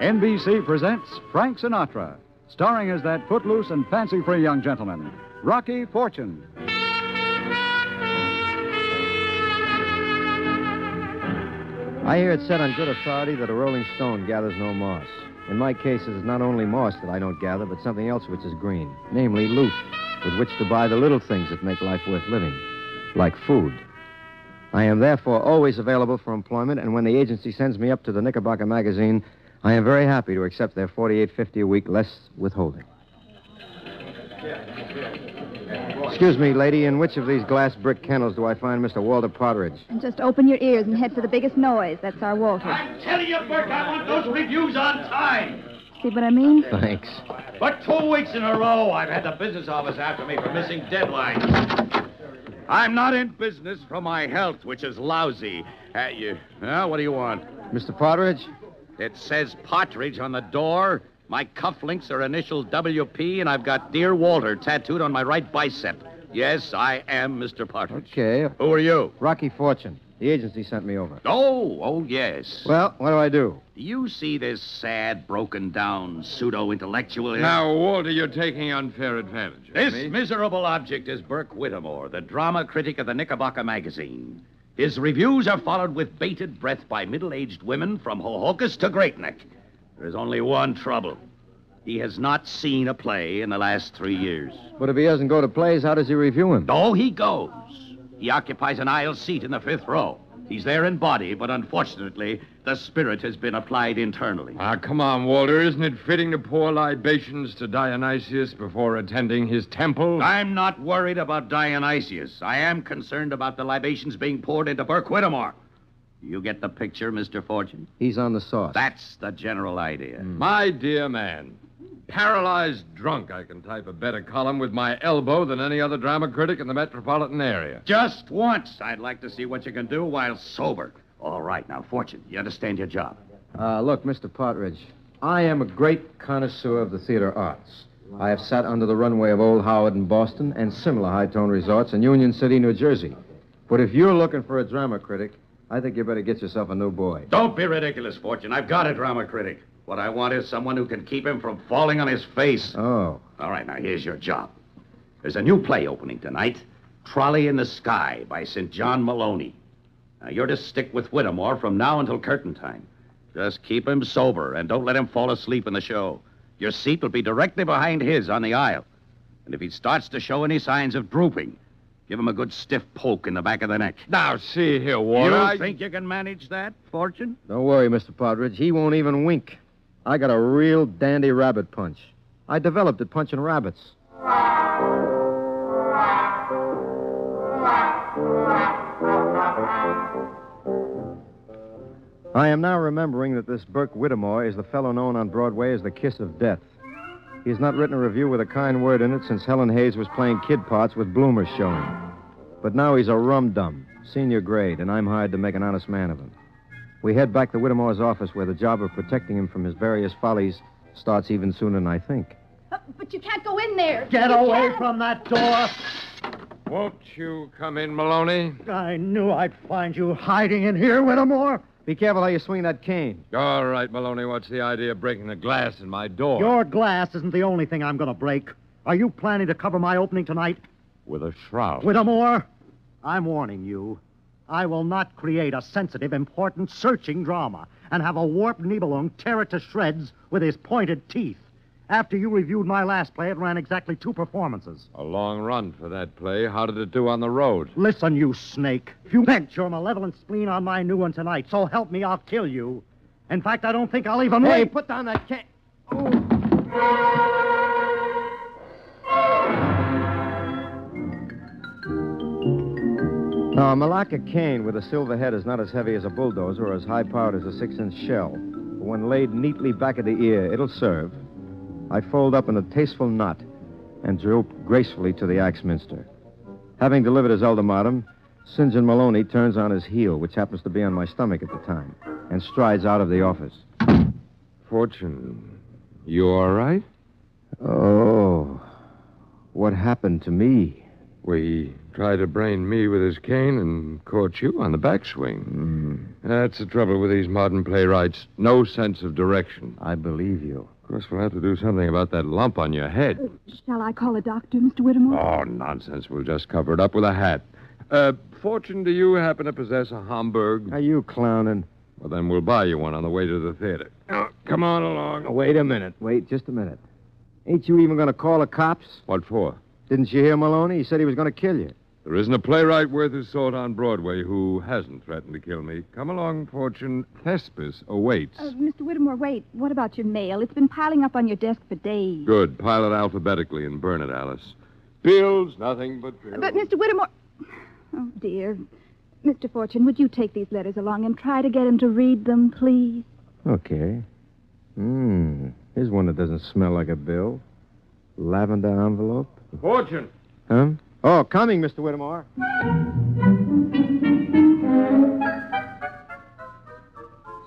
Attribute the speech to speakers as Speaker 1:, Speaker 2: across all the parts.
Speaker 1: NBC presents Frank Sinatra, starring as that footloose and fancy free young gentleman, Rocky Fortune.
Speaker 2: I hear it said on good authority that a rolling stone gathers no moss. In my case, it is not only moss that I don't gather, but something else which is green, namely loot, with which to buy the little things that make life worth living, like food. I am therefore always available for employment, and when the agency sends me up to the Knickerbocker magazine, I am very happy to accept their forty-eight fifty a week less withholding. Excuse me, lady, in which of these glass brick kennels do I find Mr. Walter Potteridge?
Speaker 3: And just open your ears and head for the biggest noise. That's our Walter.
Speaker 4: I'm telling you, Burke, I want those reviews on time.
Speaker 3: See what I mean?
Speaker 2: Thanks.
Speaker 4: But two weeks in a row, I've had the business office after me for missing deadlines. I'm not in business for my health, which is lousy. Uh, you, well, what do you want?
Speaker 2: Mr. Potteridge?
Speaker 4: It says Partridge on the door. My cufflinks are initial WP, and I've got Dear Walter tattooed on my right bicep. Yes, I am Mr. Partridge.
Speaker 2: Okay.
Speaker 4: Who are you?
Speaker 2: Rocky Fortune. The agency sent me over.
Speaker 4: Oh, oh, yes.
Speaker 2: Well, what do I do?
Speaker 4: Do you see this sad, broken down pseudo intellectual?
Speaker 5: Now, Walter, you're taking unfair advantage. of
Speaker 4: This
Speaker 5: me.
Speaker 4: miserable object is Burke Whittemore, the drama critic of the Knickerbocker magazine. His reviews are followed with bated breath by middle aged women from Hohokus to Great Neck. There is only one trouble. He has not seen a play in the last three years.
Speaker 2: But if he doesn't go to plays, how does he review him?
Speaker 4: Oh, he goes. He occupies an aisle seat in the fifth row. He's there in body, but unfortunately, the spirit has been applied internally.
Speaker 5: Ah, come on, Walter. Isn't it fitting to pour libations to Dionysius before attending his temple?
Speaker 4: I'm not worried about Dionysius. I am concerned about the libations being poured into Burke Whittemore. You get the picture, Mr. Fortune?
Speaker 2: He's on the sauce.
Speaker 4: That's the general idea.
Speaker 2: Hmm.
Speaker 5: My dear man, paralyzed drunk, I can type a better column with my elbow than any other drama critic in the metropolitan area.
Speaker 4: Just once, I'd like to see what you can do while sober. All right, now, Fortune, you understand your job.
Speaker 2: Uh, look, Mr. Partridge, I am a great connoisseur of the theater arts. I have sat under the runway of Old Howard in Boston and similar high tone resorts in Union City, New Jersey. But if you're looking for a drama critic, I think you better get yourself a new boy.
Speaker 4: Don't be ridiculous, Fortune. I've got a drama critic. What I want is someone who can keep him from falling on his face.
Speaker 2: Oh,
Speaker 4: All right, now here's your job. There's a new play opening tonight Trolley in the Sky by St. John Maloney. Now, you're to stick with Whittemore from now until curtain time. Just keep him sober and don't let him fall asleep in the show. Your seat will be directly behind his on the aisle. And if he starts to show any signs of drooping, give him a good stiff poke in the back of the neck.
Speaker 5: Now, see here,
Speaker 4: You
Speaker 5: Walter. I-
Speaker 4: think you can manage that, Fortune?
Speaker 2: don't worry, Mr. Partridge. He won't even wink. I got a real dandy rabbit punch. I developed it punching rabbits. I am now remembering that this Burke Whittemore is the fellow known on Broadway as the Kiss of Death. He has not written a review with a kind word in it since Helen Hayes was playing kid parts with bloomers showing. But now he's a rum dum, senior grade, and I'm hired to make an honest man of him. We head back to Whittemore's office where the job of protecting him from his various follies starts even sooner than I think.
Speaker 3: Uh, But you can't go in there.
Speaker 6: Get
Speaker 3: You
Speaker 6: away
Speaker 3: can't.
Speaker 6: from that door.
Speaker 5: Won't you come in, Maloney?
Speaker 6: I knew I'd find you hiding in here, Whittemore.
Speaker 2: Be careful how you swing that cane.
Speaker 5: All right, Maloney, what's the idea of breaking the glass in my door?
Speaker 6: Your glass isn't the only thing I'm going to break. Are you planning to cover my opening tonight,
Speaker 5: With a shroud.
Speaker 6: Whittemore? I'm warning you. I will not create a sensitive, important, searching drama and have a warped Nibelung tear it to shreds with his pointed teeth. After you reviewed my last play, it ran exactly two performances.
Speaker 5: A long run for that play. How did it do on the road?
Speaker 6: Listen, you snake. If you vent your malevolent spleen on my new one tonight, so help me, I'll kill you. In fact, I don't think I'll even
Speaker 2: Hey,
Speaker 6: wait.
Speaker 2: put down that cane. No, a Malacca cane with a silver head is not as heavy as a bulldozer or as high powered as a six inch shell. But when laid neatly back of the ear, it'll serve. I fold up in a tasteful knot and droop gracefully to the axe minster. Having delivered his ultimatum, St. John Maloney turns on his heel, which happens to be on my stomach at the time, and strides out of the office.
Speaker 5: Fortune, you all right?
Speaker 2: Oh, what happened to me?
Speaker 5: We tried to brain me with his cane and caught you on the backswing. That's the trouble with these modern playwrights. No sense of direction.
Speaker 2: I believe you.
Speaker 5: Of course, we'll have to do something about that lump on your head.
Speaker 7: Shall I call a doctor, Mr. Whittemore?
Speaker 5: Oh, nonsense. We'll just cover it up with a hat. Uh, Fortune, do you happen to possess a Hamburg?
Speaker 2: Are you clowning?
Speaker 5: Well, then we'll buy you one on the way to the theater. Now, come on along.
Speaker 2: Wait a minute. Wait just a minute. Ain't you even going to call the cops?
Speaker 5: What for?
Speaker 2: Didn't you hear Maloney? He said he was going to kill you.
Speaker 5: There isn't a playwright worth his salt on Broadway who hasn't threatened to kill me. Come along, Fortune. Thespis awaits.
Speaker 7: Uh, Mr. Whittemore, wait. What about your mail? It's been piling up on your desk for days.
Speaker 5: Good. Pile it alphabetically and burn it, Alice. Bills, nothing but bills.
Speaker 7: But, Mr. Whittemore. Oh, dear. Mr. Fortune, would you take these letters along and try to get him to read them, please?
Speaker 2: Okay. Hmm. Here's one that doesn't smell like a bill. Lavender envelope.
Speaker 5: Fortune.
Speaker 2: Huh? Oh, coming, Mr. Whittemore.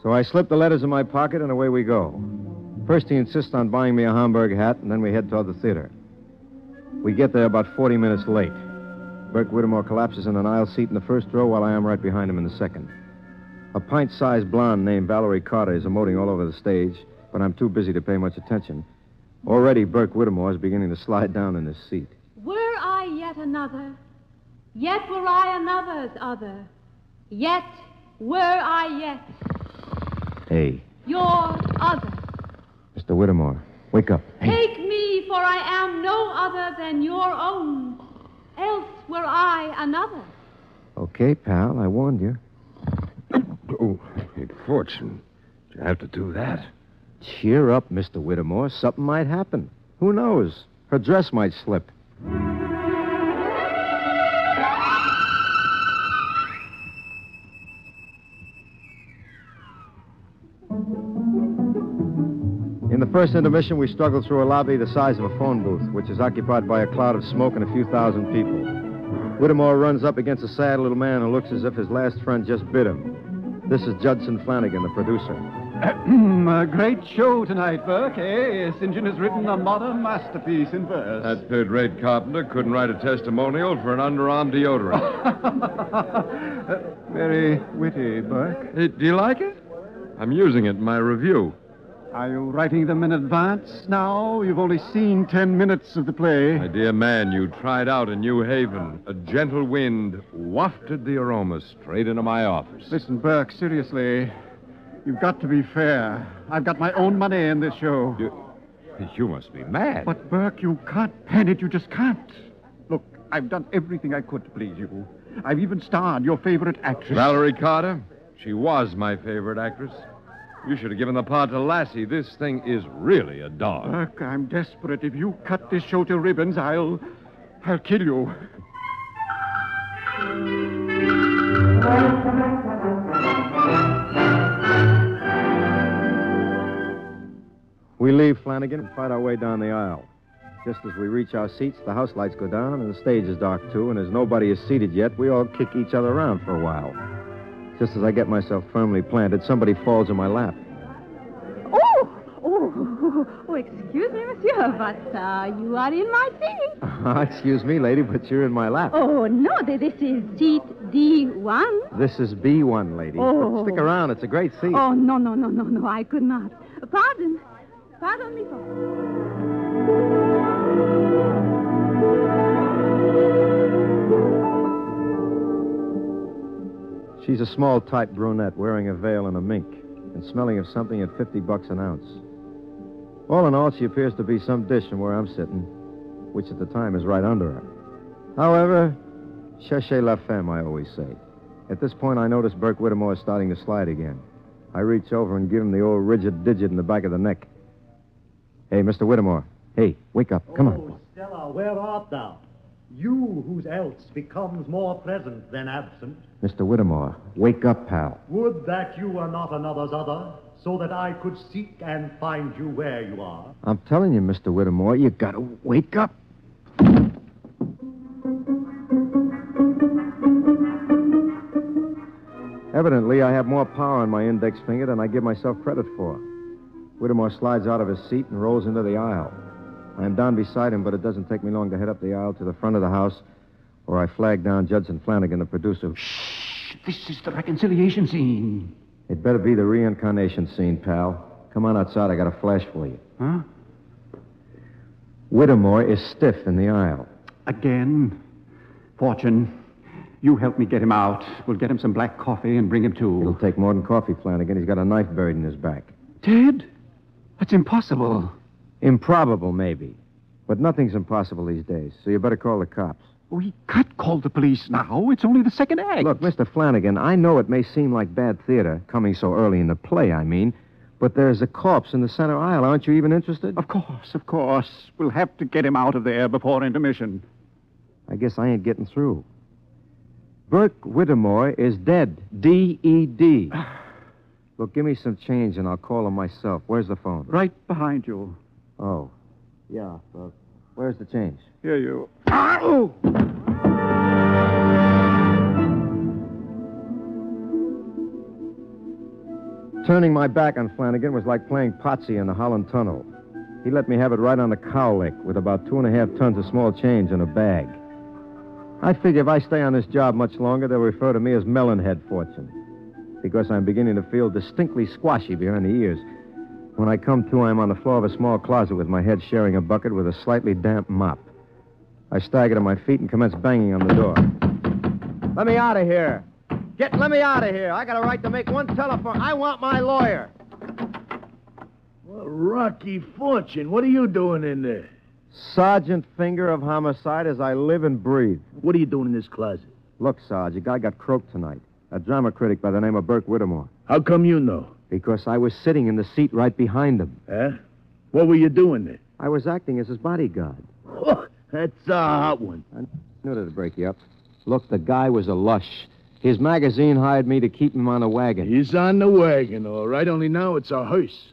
Speaker 2: So I slip the letters in my pocket and away we go. First, he insists on buying me a Hamburg hat, and then we head toward the theater. We get there about 40 minutes late. Burke Whittemore collapses in an aisle seat in the first row while I am right behind him in the second. A pint sized blonde named Valerie Carter is emoting all over the stage, but I'm too busy to pay much attention. Already, Burke Whittemore is beginning to slide down in his seat.
Speaker 8: Were I yet another, yet were I another's other, yet were I yet
Speaker 2: Hey,
Speaker 8: your other.
Speaker 2: Mr. Whittemore, wake up.
Speaker 8: Take me, for I am no other than your own, else were I another.
Speaker 2: Okay, pal, I warned you.
Speaker 5: Oh, hey, Fortune. You have to do that.
Speaker 2: Cheer up, Mr. Whittemore. Something might happen. Who knows? Her dress might slip. In the first intermission, we struggled through a lobby the size of a phone booth, which is occupied by a cloud of smoke and a few thousand people. Whittemore runs up against a sad little man who looks as if his last friend just bit him. This is Judson Flanagan, the producer.
Speaker 9: A great show tonight, Burke, eh? St. John has written a modern masterpiece in verse.
Speaker 5: That third rate carpenter couldn't write a testimonial for an underarm deodorant.
Speaker 9: Very witty, Burke.
Speaker 5: Hey, Eh, do you like it? I'm using it in my review.
Speaker 9: Are you writing them in advance now? You've only seen ten minutes of the play.
Speaker 5: My dear man, you tried out in New Haven. A gentle wind wafted the aroma straight into my office.
Speaker 9: Listen, Burke, seriously, you've got to be fair. I've got my own money in this show.
Speaker 5: You, you must be mad.
Speaker 9: But, Burke, you can't pen it. You just can't. Look, I've done everything I could to please you. I've even starred your favorite actress.
Speaker 5: Valerie Carter, she was my favorite actress. You should have given the part to Lassie. This thing is really a dog.
Speaker 9: Burke, I'm desperate. If you cut this show to ribbons, I'll. I'll kill you.
Speaker 2: We leave Flanagan and fight our way down the aisle. Just as we reach our seats, the house lights go down and the stage is dark too, and as nobody is seated yet, we all kick each other around for a while. Just as I get myself firmly planted, somebody falls in my lap.
Speaker 7: Oh! Oh, oh, excuse me, monsieur, but uh, you are in my seat.
Speaker 2: Excuse me, lady, but you're in my lap.
Speaker 7: Oh, no, th- this is seat D1.
Speaker 2: This is B1, lady.
Speaker 7: Oh.
Speaker 2: Stick around, it's a great seat.
Speaker 7: Oh, no, no, no, no, no, I could not. Pardon. Pardon me. For...
Speaker 2: She's a small type brunette wearing a veil and a mink and smelling of something at 50 bucks an ounce. All in all, she appears to be some dish from where I'm sitting, which at the time is right under her. However, cherchez la femme, I always say. At this point, I notice Burke Whittemore is starting to slide again. I reach over and give him the old rigid digit in the back of the neck.
Speaker 10: Oh.
Speaker 2: Hey, Mr. Whittemore. Hey, wake up. Come on.
Speaker 6: Stella, where Oh, art thou? You whose else becomes more present than absent,
Speaker 2: Mr. Whittemore, wake up, pal.
Speaker 6: would that you were not another's other, so that I could seek and find you where you are.
Speaker 2: I'm telling you, Mr. Whittemore, you gotta wake up. Evidently, I have more power on my index finger than I give myself credit for. Whittemore slides out of his seat and rolls into the aisle. I am down beside him, but it doesn't take me long to head up the aisle to the front of the house, where I flag down Judson Flanagan, the producer.
Speaker 9: This is the reconciliation scene.
Speaker 2: It better be the reincarnation scene, pal. Come on outside, I got a flash for you.
Speaker 9: Huh?
Speaker 2: Whittemore is stiff in the aisle.
Speaker 9: Again. Fortune, you help me get him out. We'll get him some black coffee and bring him to.
Speaker 2: It'll take more than coffee, Flanagan. He's got a knife buried in his back.
Speaker 9: Ted? That's impossible.
Speaker 2: Improbable, maybe. But nothing's impossible these days, so you better call the cops.
Speaker 9: We can't call the police now. It's only the second act.
Speaker 2: Look, Mr. Flanagan, I know it may seem like bad theater, coming so early in the play, I mean, but there's a corpse in the center aisle. Aren't you even interested?
Speaker 9: Of course, of course. We'll have to get him out of there before intermission.
Speaker 2: I guess I ain't getting through. Burke Whittemore is dead. D E D. Look, give me some change and I'll call him myself. Where's the phone?
Speaker 9: Right behind you.
Speaker 2: Oh. Yeah, well, where's the change?
Speaker 9: Here you. Ow!
Speaker 2: Turning my back on Flanagan was like playing Potsy in the Holland Tunnel. He let me have it right on the cowlick with about two and a half tons of small change in a bag. I figure if I stay on this job much longer, they'll refer to me as Melonhead Fortune because I'm beginning to feel distinctly squashy behind the ears. When I come to, I'm on the floor of a small closet with my head sharing a bucket with a slightly damp mop. I stagger to my feet and commence banging on the door. Let me out of here. Get let me out of here. I got a right to make one telephone. I want my lawyer.
Speaker 10: Well, Rocky Fortune, what are you doing in there?
Speaker 2: Sergeant Finger of Homicide as I live and breathe.
Speaker 10: What are you doing in this closet?
Speaker 2: Look, Sarge, a guy got croaked tonight. A drama critic by the name of Burke Whittemore.
Speaker 10: How come you know?
Speaker 2: Because I was sitting in the seat right behind him.
Speaker 10: Huh? What were you doing there?
Speaker 2: I was acting as his bodyguard.
Speaker 10: Oh, that's a hot one.
Speaker 2: Knew it'd break you up. Look, the guy was a lush. His magazine hired me to keep him on a wagon.
Speaker 10: He's on the wagon, all right, only now it's a hearse.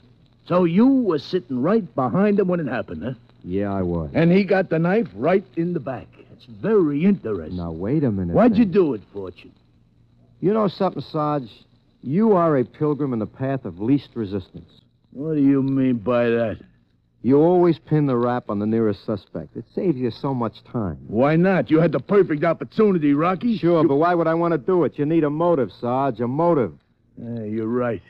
Speaker 10: So you were sitting right behind him when it happened, huh?
Speaker 2: Yeah, I was.
Speaker 10: And he got the knife right in the back. That's very interesting.
Speaker 2: Now, wait a minute.
Speaker 10: Why'd you
Speaker 2: Fink.
Speaker 10: do it, Fortune?
Speaker 2: You know something, Sarge? You are a pilgrim in the path of least resistance.
Speaker 10: What do you mean by that?
Speaker 2: You always pin the rap on the nearest suspect. It saves you so much time.
Speaker 10: Why not? You had the perfect opportunity, Rocky.
Speaker 2: Sure, but why would I want to do it? You need a motive, Sarge, a motive.
Speaker 10: Yeah, you're right.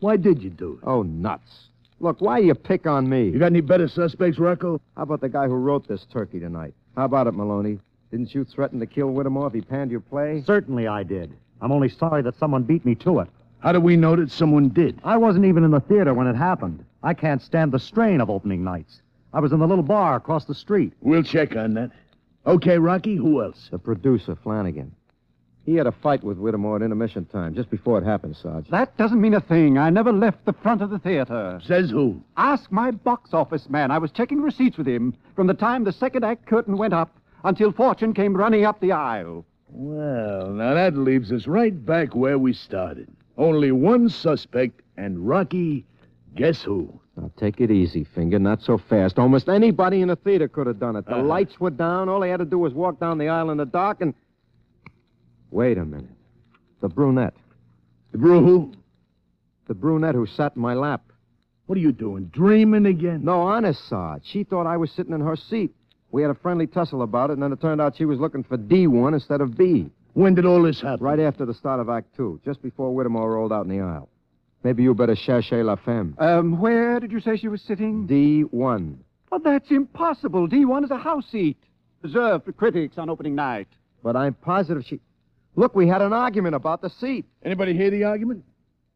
Speaker 10: Why did you do it?
Speaker 2: Oh, nuts. Look, why you pick on
Speaker 10: You
Speaker 2: me?
Speaker 10: got any better suspects, Rocco?
Speaker 2: How about the guy who wrote this turkey tonight? How about it, Maloney? Didn't you threaten to kill Whittemore if he panned your play?
Speaker 6: Certainly I did. I'm only sorry that someone beat me to it.
Speaker 10: How do we know that someone did?
Speaker 6: I wasn't even in the theater when it happened. I can't stand the strain of opening nights. I was in the little bar across the street.
Speaker 10: We'll check on that. Okay, Rocky, who else?
Speaker 2: The producer, Flanagan. He had a fight with Whittemore at intermission time, just before it happened, Sarge.
Speaker 9: That doesn't mean a thing. I never left the front of the theater.
Speaker 10: Says who?
Speaker 9: Ask my box office man. I was checking receipts with him from the time the second act curtain went up until Fortune came running up the aisle.
Speaker 10: Well, now that leaves us right back where we started. Only one suspect, and Rocky, guess who?
Speaker 2: Now, take it easy, Finger. Not so fast. Almost anybody in the theater could have done it. The
Speaker 10: Uh-huh.
Speaker 2: lights were down. All they had to do was walk down the aisle in the dark and. Wait a minute. The brunette.
Speaker 10: The brew who?
Speaker 2: The brunette who sat in my lap.
Speaker 10: What are you doing? Dreaming again?
Speaker 2: No, honest, Sarge. She thought I was sitting in her seat. We had a friendly tussle about it, and then it turned out she was looking for D1 instead of B.
Speaker 10: When did all this happen?
Speaker 2: Right after the start of Act Two, just before Whittemore rolled out in the aisle. Maybe you better chercher la femme.
Speaker 9: Um, where did you say she was sitting?
Speaker 2: D1.
Speaker 9: Well, that's impossible. D1 is a house seat reserved for critics on opening night.
Speaker 2: But I'm positive she. Look, we had an argument about the seat.
Speaker 10: Anybody hear the argument?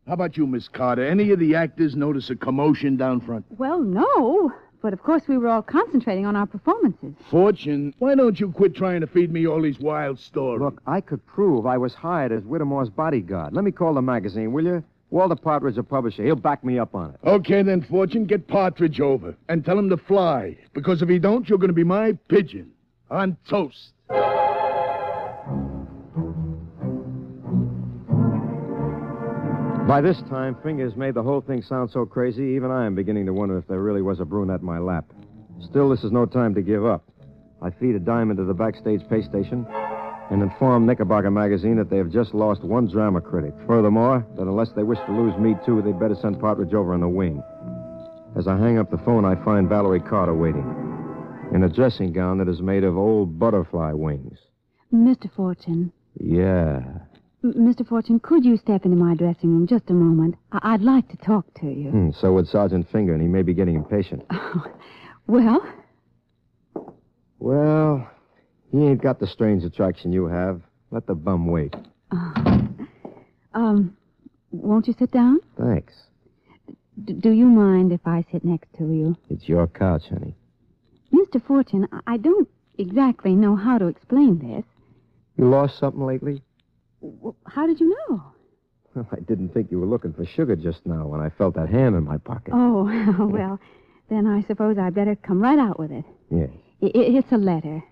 Speaker 10: How about you, Miss Carter? Any of the actors notice a commotion down front?
Speaker 7: Well, no. But of course, we were all concentrating on our performances.
Speaker 10: Fortune, why don't you quit trying to feed me all these wild stories?
Speaker 2: Look, I could prove I was hired as Whittemore's bodyguard. Let me call the magazine, will you? Walter Partridge, a publisher, he'll back me up on it.
Speaker 10: Okay, then, Fortune, get Partridge over and tell him to fly. Because if he don't, you're going to be my pigeon. on toast.
Speaker 2: By this time, Fingers made the whole thing sound so crazy, even I am beginning to wonder if there really was a brunette in my lap. Still, this is no time to give up. I feed a dime into the backstage pay station and inform Knickerbocker magazine that they have just lost one drama critic. Furthermore, that unless they wish to lose me too, they'd better send Partridge over in the wing. As I hang up the phone, I find Valerie Carter waiting in a dressing gown that is made of old butterfly wings.
Speaker 7: Mr. Fortune,
Speaker 2: Yeah.
Speaker 7: M- Mr. Fortune, could you step into my dressing room just a moment? I- I'd like to talk to you.
Speaker 2: Hmm, so would Sergeant Finger, and he may be getting impatient.
Speaker 7: Well,
Speaker 2: Well, he ain't got the strange attraction you have. Let the bum wait.
Speaker 7: um, won't you sit down?
Speaker 2: Thanks.
Speaker 7: D- do you mind if I sit next to you?
Speaker 2: It's your couch, honey.
Speaker 7: Mr. Fortune, I- I don't exactly know how to explain this.
Speaker 2: You lost something lately?
Speaker 7: W- How did you know?
Speaker 2: Well, I didn't think you were looking for sugar just now when I felt that hand in my pocket.
Speaker 7: Oh, well, then I suppose I better come right out with it.
Speaker 2: Yes.
Speaker 7: I- I- it's a letter.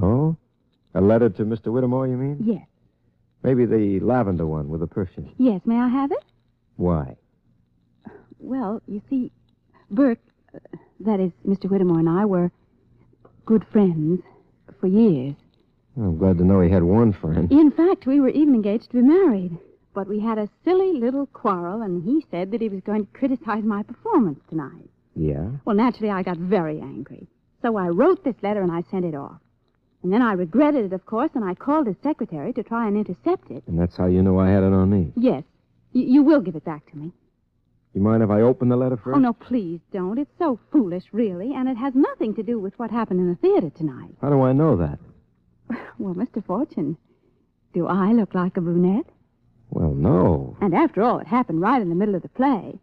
Speaker 2: Oh? A letter to Mr. Whittemore, you mean?
Speaker 7: Yes.
Speaker 2: Maybe the lavender one with the perfume.
Speaker 7: Yes, may I have it?
Speaker 2: Why?
Speaker 7: Well, you see, Burke, uh, that is, Mr. Whittemore and I were good friends for years.
Speaker 2: I'm glad to know he had one friend.
Speaker 7: In fact, we were even engaged to be married. But we had a silly little quarrel, and he said that he was going to criticize my performance tonight.
Speaker 2: Yeah?
Speaker 7: Well, naturally, I got very angry. So I wrote this letter and I sent it off. And then I regretted it, of course, and I called his secretary to try and intercept it.
Speaker 2: And that's how you know I had it on me.
Speaker 7: Yes, y- you will give it back to me.
Speaker 2: You mind if I open the letter first?
Speaker 7: Oh, no, please don't. It's so foolish, really, and it has nothing to do with what happened in the theater tonight.
Speaker 2: How do I know that?
Speaker 7: Well, Mr. Fortune, do I look like a brunette?
Speaker 2: Well, no.
Speaker 7: And after all, it happened right in the middle of the play.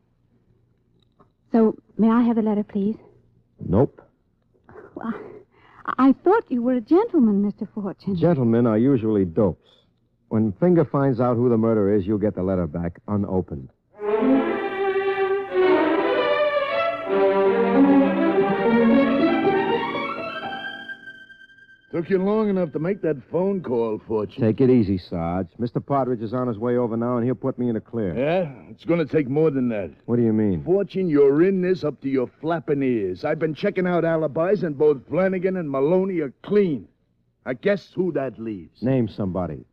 Speaker 7: So, may I have the letter, please?
Speaker 2: Nope.
Speaker 7: Well, I, I thought you were a gentleman, Mr. Fortune.
Speaker 2: Gentlemen are usually dopes. When Finger finds out who the murderer is, you'll get the letter back unopened.
Speaker 10: Took you long enough to make that phone call, Fortune.
Speaker 2: Take it easy, Sarge. Mr. Partridge is on his way over now, and he'll put me in the clear.
Speaker 10: Yeah? It's going to take more than that.
Speaker 2: What do you mean?
Speaker 10: Fortune, you're in this up to your flapping ears. I've been checking out alibis, and both Flanagan and Maloney are clean. I guess who that leaves.
Speaker 2: Name somebody.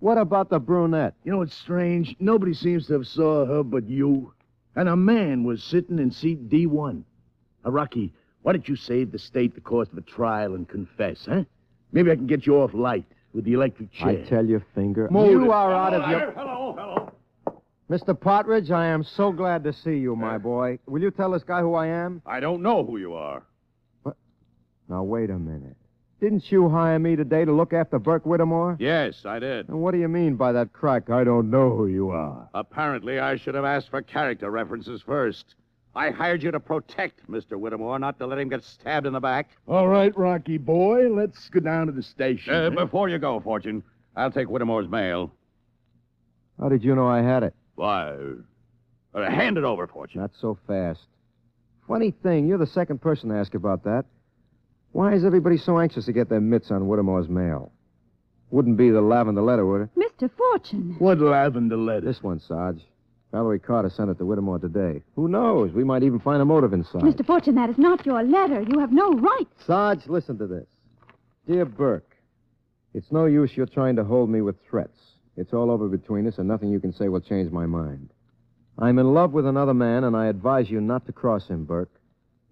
Speaker 2: What about the brunette?
Speaker 10: You know, it's strange. Nobody seems to have saw her but you. And a man was sitting in seat D1. Araki, why don't you save the state the cost of a trial and confess, huh? Maybe I can get you off light with the electric chair.
Speaker 2: I tell you, Finger.
Speaker 10: Move
Speaker 2: you
Speaker 10: it.
Speaker 2: are out of
Speaker 10: Hello,
Speaker 2: your.
Speaker 4: Hello, hello.
Speaker 2: Mr. Partridge, I am so glad to see you, my boy. Will you tell this guy who I am?
Speaker 4: I don't know who you are.
Speaker 2: Now, wait a minute. Didn't you hire me today to look after Burke Whittemore?
Speaker 4: Yes, I did.
Speaker 2: And what do you mean by that crack? I don't know who you are.
Speaker 4: Apparently, I should have asked for character references first. I hired you to protect Mr. Whittemore, not to let him get stabbed in the back.
Speaker 10: All right, Rocky boy, let's go down to the station. eh?
Speaker 4: Uh,
Speaker 10: huh?
Speaker 4: before you go, Fortune, I'll take Whittemore's mail.
Speaker 2: How did you know I had it?
Speaker 4: Why? uh, hand it over, Fortune.
Speaker 2: Not so fast. Funny thing, you're the second person to ask about that. Why is everybody so anxious to get their mitts on Whittemore's mail? Wouldn't be the lavender letter, would it?
Speaker 7: Mr. Fortune.
Speaker 10: What lavender letter?
Speaker 2: This one, Sarge. Valerie Carter sent it to Whittemore today. Who knows? We might even find a motive inside.
Speaker 7: Mr. Fortune, that is not your letter. You have no right.
Speaker 2: Sarge, listen to this. Dear Burke, it's no use your trying to hold me with threats. It's all over between us, and nothing you can say will change my mind. I'm in love with another man, and I advise you not to cross him, Burke.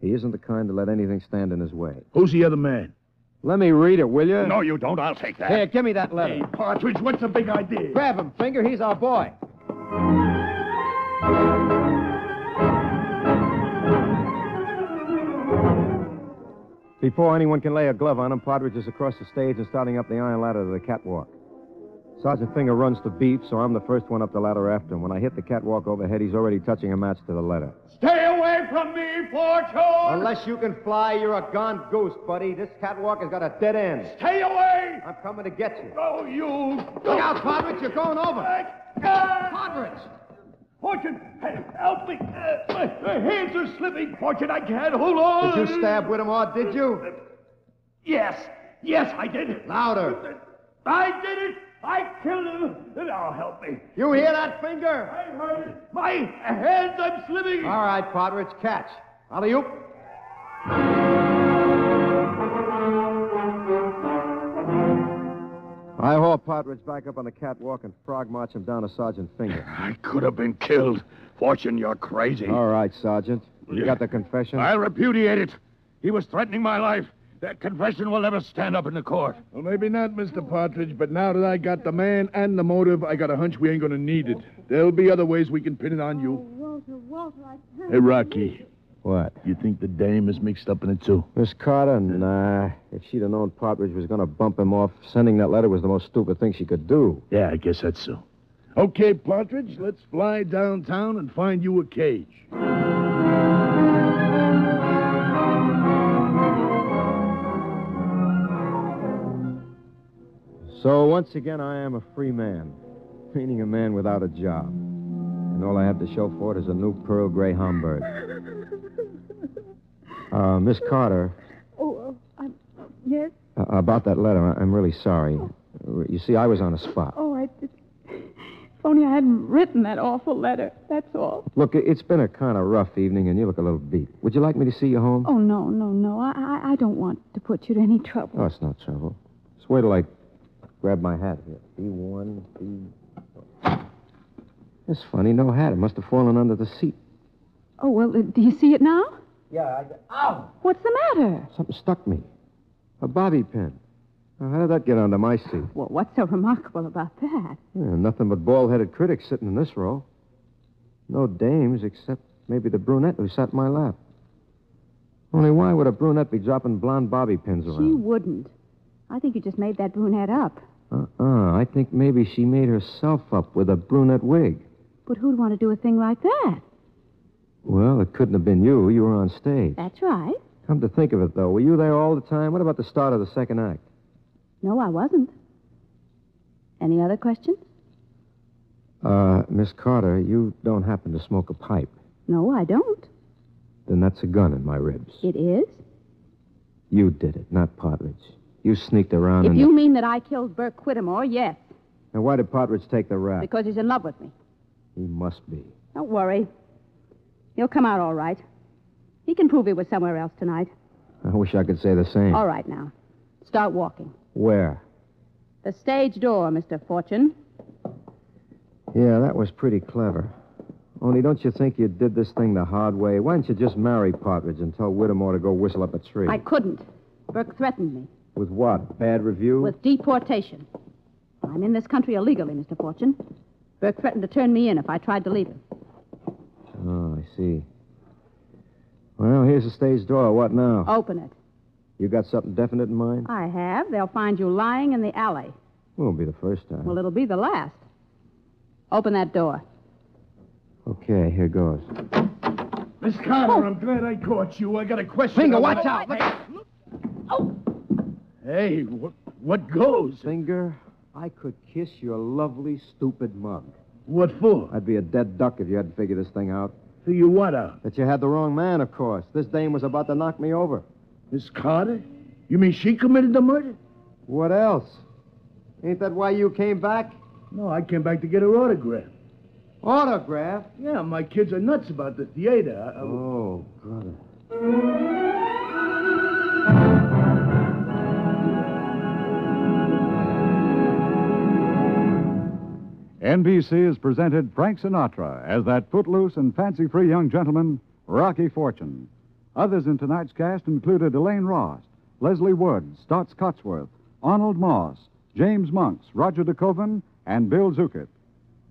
Speaker 2: He isn't the kind to let anything stand in his way.
Speaker 10: Who's the other man?
Speaker 2: Let me read it, will you?
Speaker 4: No, you don't. I'll take that.
Speaker 2: Here, give me that letter.
Speaker 10: Partridge, what's the big idea?
Speaker 2: Grab him, Finger. He's our boy. Before anyone can lay a glove on him, Partridge is across the stage and starting up the iron ladder to the catwalk. Sergeant Finger runs to beef, so I'm the first one up the ladder after him. When I hit the catwalk overhead, he's already touching a match to the letter.
Speaker 4: Stay away from me, Fortune!
Speaker 2: Unless you can fly, you're a gone goose, buddy. This catwalk has got a dead end.
Speaker 4: Stay away!
Speaker 2: I'm coming to get you.
Speaker 4: No, you.
Speaker 2: Look out, Partridge, you're going over. Partridge!
Speaker 4: Fortune, help me. Uh, my, hands are slipping. Fortune, I can't hold on.
Speaker 2: Did you stab Whittemore, did you?
Speaker 4: Yes.
Speaker 11: Yes, I did it.
Speaker 12: Louder.
Speaker 11: I did it. I killed him. Now help me.
Speaker 12: You hear that finger?
Speaker 11: I heard it. My hands, I'm slipping.
Speaker 12: All right, Potter, it's catch. Alley oop.
Speaker 2: I haul Partridge back up on the catwalk and frog march him down to Sergeant Finger.
Speaker 11: I could have been killed. Fortune, you're crazy.
Speaker 2: All right, Sergeant. You got the confession?
Speaker 11: I repudiate it. He was threatening my life. That confession will never stand up in the court.
Speaker 13: Well, maybe not, Mr. Partridge, but now that I got the man and the motive, I got a hunch we ain't going to need it. There'll be other ways we can pin it on you.
Speaker 3: Oh, Walter, Walter, I
Speaker 10: Hey, Rocky.
Speaker 2: What?
Speaker 10: You think the dame is mixed up in it, too?
Speaker 2: Miss Carter, nah. If she'd have known Partridge was going to bump him off, sending that letter was the most stupid thing she could do.
Speaker 10: Yeah, I guess that's so.
Speaker 13: Okay, Partridge, let's fly downtown and find you a cage.
Speaker 2: So once again, I am a free man, meaning a man without a job. And all I have to show for it is a new pearl gray Homburg. Uh, Miss Carter,
Speaker 3: Oh, uh, I'm, yes.
Speaker 2: uh, about that letter, I- I'm really sorry. Uh, You see, I was on the spot.
Speaker 3: Oh, I. If only I hadn't written that awful letter. That's all.
Speaker 2: Look, it- it's been a kind of rough evening, and you look a little beat. Would you like me to see you home?
Speaker 7: Oh, no, no, no. I, I, I don't want to put you to any trouble.
Speaker 2: Oh, it's no trouble. Just wait till I grab my hat here. B1, B. It's funny, no hat. It must have fallen under the seat.
Speaker 7: Oh, well, uh, do you see it now?
Speaker 12: Yeah, I. Ow!
Speaker 7: What's the matter?
Speaker 2: Something stuck me. A bobby pin. Now, how did that get under my seat?
Speaker 7: Well, what's so remarkable about that?
Speaker 2: Yeah, nothing but bald headed critics sitting in this row. No dames except maybe the brunette who sat in my lap. Only why would a brunette be dropping blonde bobby pins
Speaker 7: She
Speaker 2: around?
Speaker 7: wouldn't. I think you just made that brunette up.
Speaker 2: Uh-uh. I think maybe she made herself up with a brunette wig.
Speaker 7: But who'd want to do a thing like that?
Speaker 2: Well, it couldn't have been you. You were on stage.
Speaker 7: That's right.
Speaker 2: Come to think of it, though, were you there all the time? What about the start of the second act?
Speaker 7: No, I wasn't. Any other questions?
Speaker 2: Uh, Miss Carter, you don't happen to smoke a pipe.
Speaker 7: No, I don't.
Speaker 2: Then that's a gun in my ribs.
Speaker 7: It is.
Speaker 2: You did it, not Partridge. You sneaked around
Speaker 7: If
Speaker 2: and.
Speaker 7: you mean that I killed Burke Whittemore, yes,
Speaker 2: And why did Partridge take the rap?
Speaker 7: because he's in love with me.
Speaker 2: He must be.
Speaker 7: Don't worry. He'll come out all right. He can prove he was somewhere else tonight.
Speaker 2: I wish I could say the same.
Speaker 7: All right, now. Start walking.
Speaker 2: Where?
Speaker 7: The stage door, Mr. Fortune.
Speaker 2: Yeah, that was pretty clever. Only don't you think you did this thing the hard way? Why don't you just marry Partridge and tell Whittemore to go whistle up a tree?
Speaker 7: I couldn't. Burke threatened me
Speaker 2: With what? Bad review?
Speaker 7: with deportation. I'm in this country illegally, Mr. Fortune. Burke threatened to turn me in if I tried to leave him.
Speaker 2: Oh, I see. Well, here's the stage door. What now?
Speaker 7: Open it.
Speaker 2: You got something definite in mind?
Speaker 7: I have. They'll find you lying in the alley.
Speaker 2: Won't be the first time.
Speaker 7: Well, it'll be the last. Open that door.
Speaker 2: Okay, here goes.
Speaker 11: Miss Carter, I'm glad I caught you. I got a question.
Speaker 12: Finger,
Speaker 11: about-
Speaker 12: watch out.
Speaker 11: Hey,
Speaker 2: Hey, what, what goes? Finger, I could kiss your lovely, stupid mug. What for? I'd be a dead duck if you hadn't figured this thing out. Figure what out? That you had the wrong man, of course. This dame was about to knock me over. Miss Carter? You mean she committed the murder? What else? Ain't that why you came back?
Speaker 12: No, I came back to get her autograph.
Speaker 2: Autograph?
Speaker 12: Yeah, my kids are nuts about the theater. I- I-
Speaker 2: Oh, brother.
Speaker 1: NBC has presented Frank Sinatra as that footloose and fancy free young gentleman, Rocky Fortune. Others in tonight's cast included Elaine Ross, Leslie Wood, Stotts Cotsworth, Arnold Moss, James Monks, Roger DeCoven, and Bill Zuckert.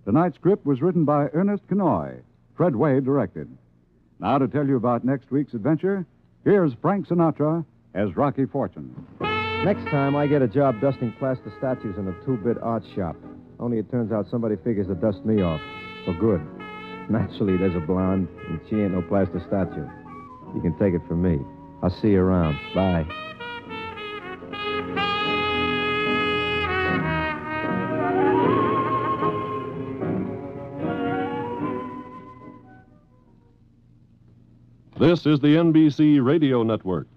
Speaker 1: Tonight's script was written by Ernest Canoy. Fred Wade directed. Now, to tell you about next week's adventure, here's Frank Sinatra as Rocky Fortune.
Speaker 2: Next time I get a job dusting plaster statues in a two bit art shop. Only it turns out somebody figures to dust me off. For good. Naturally, there's a blonde, and she ain't no plaster statue. You can take it from me. I'll see you around. Bye.
Speaker 14: This is the NBC Radio Network.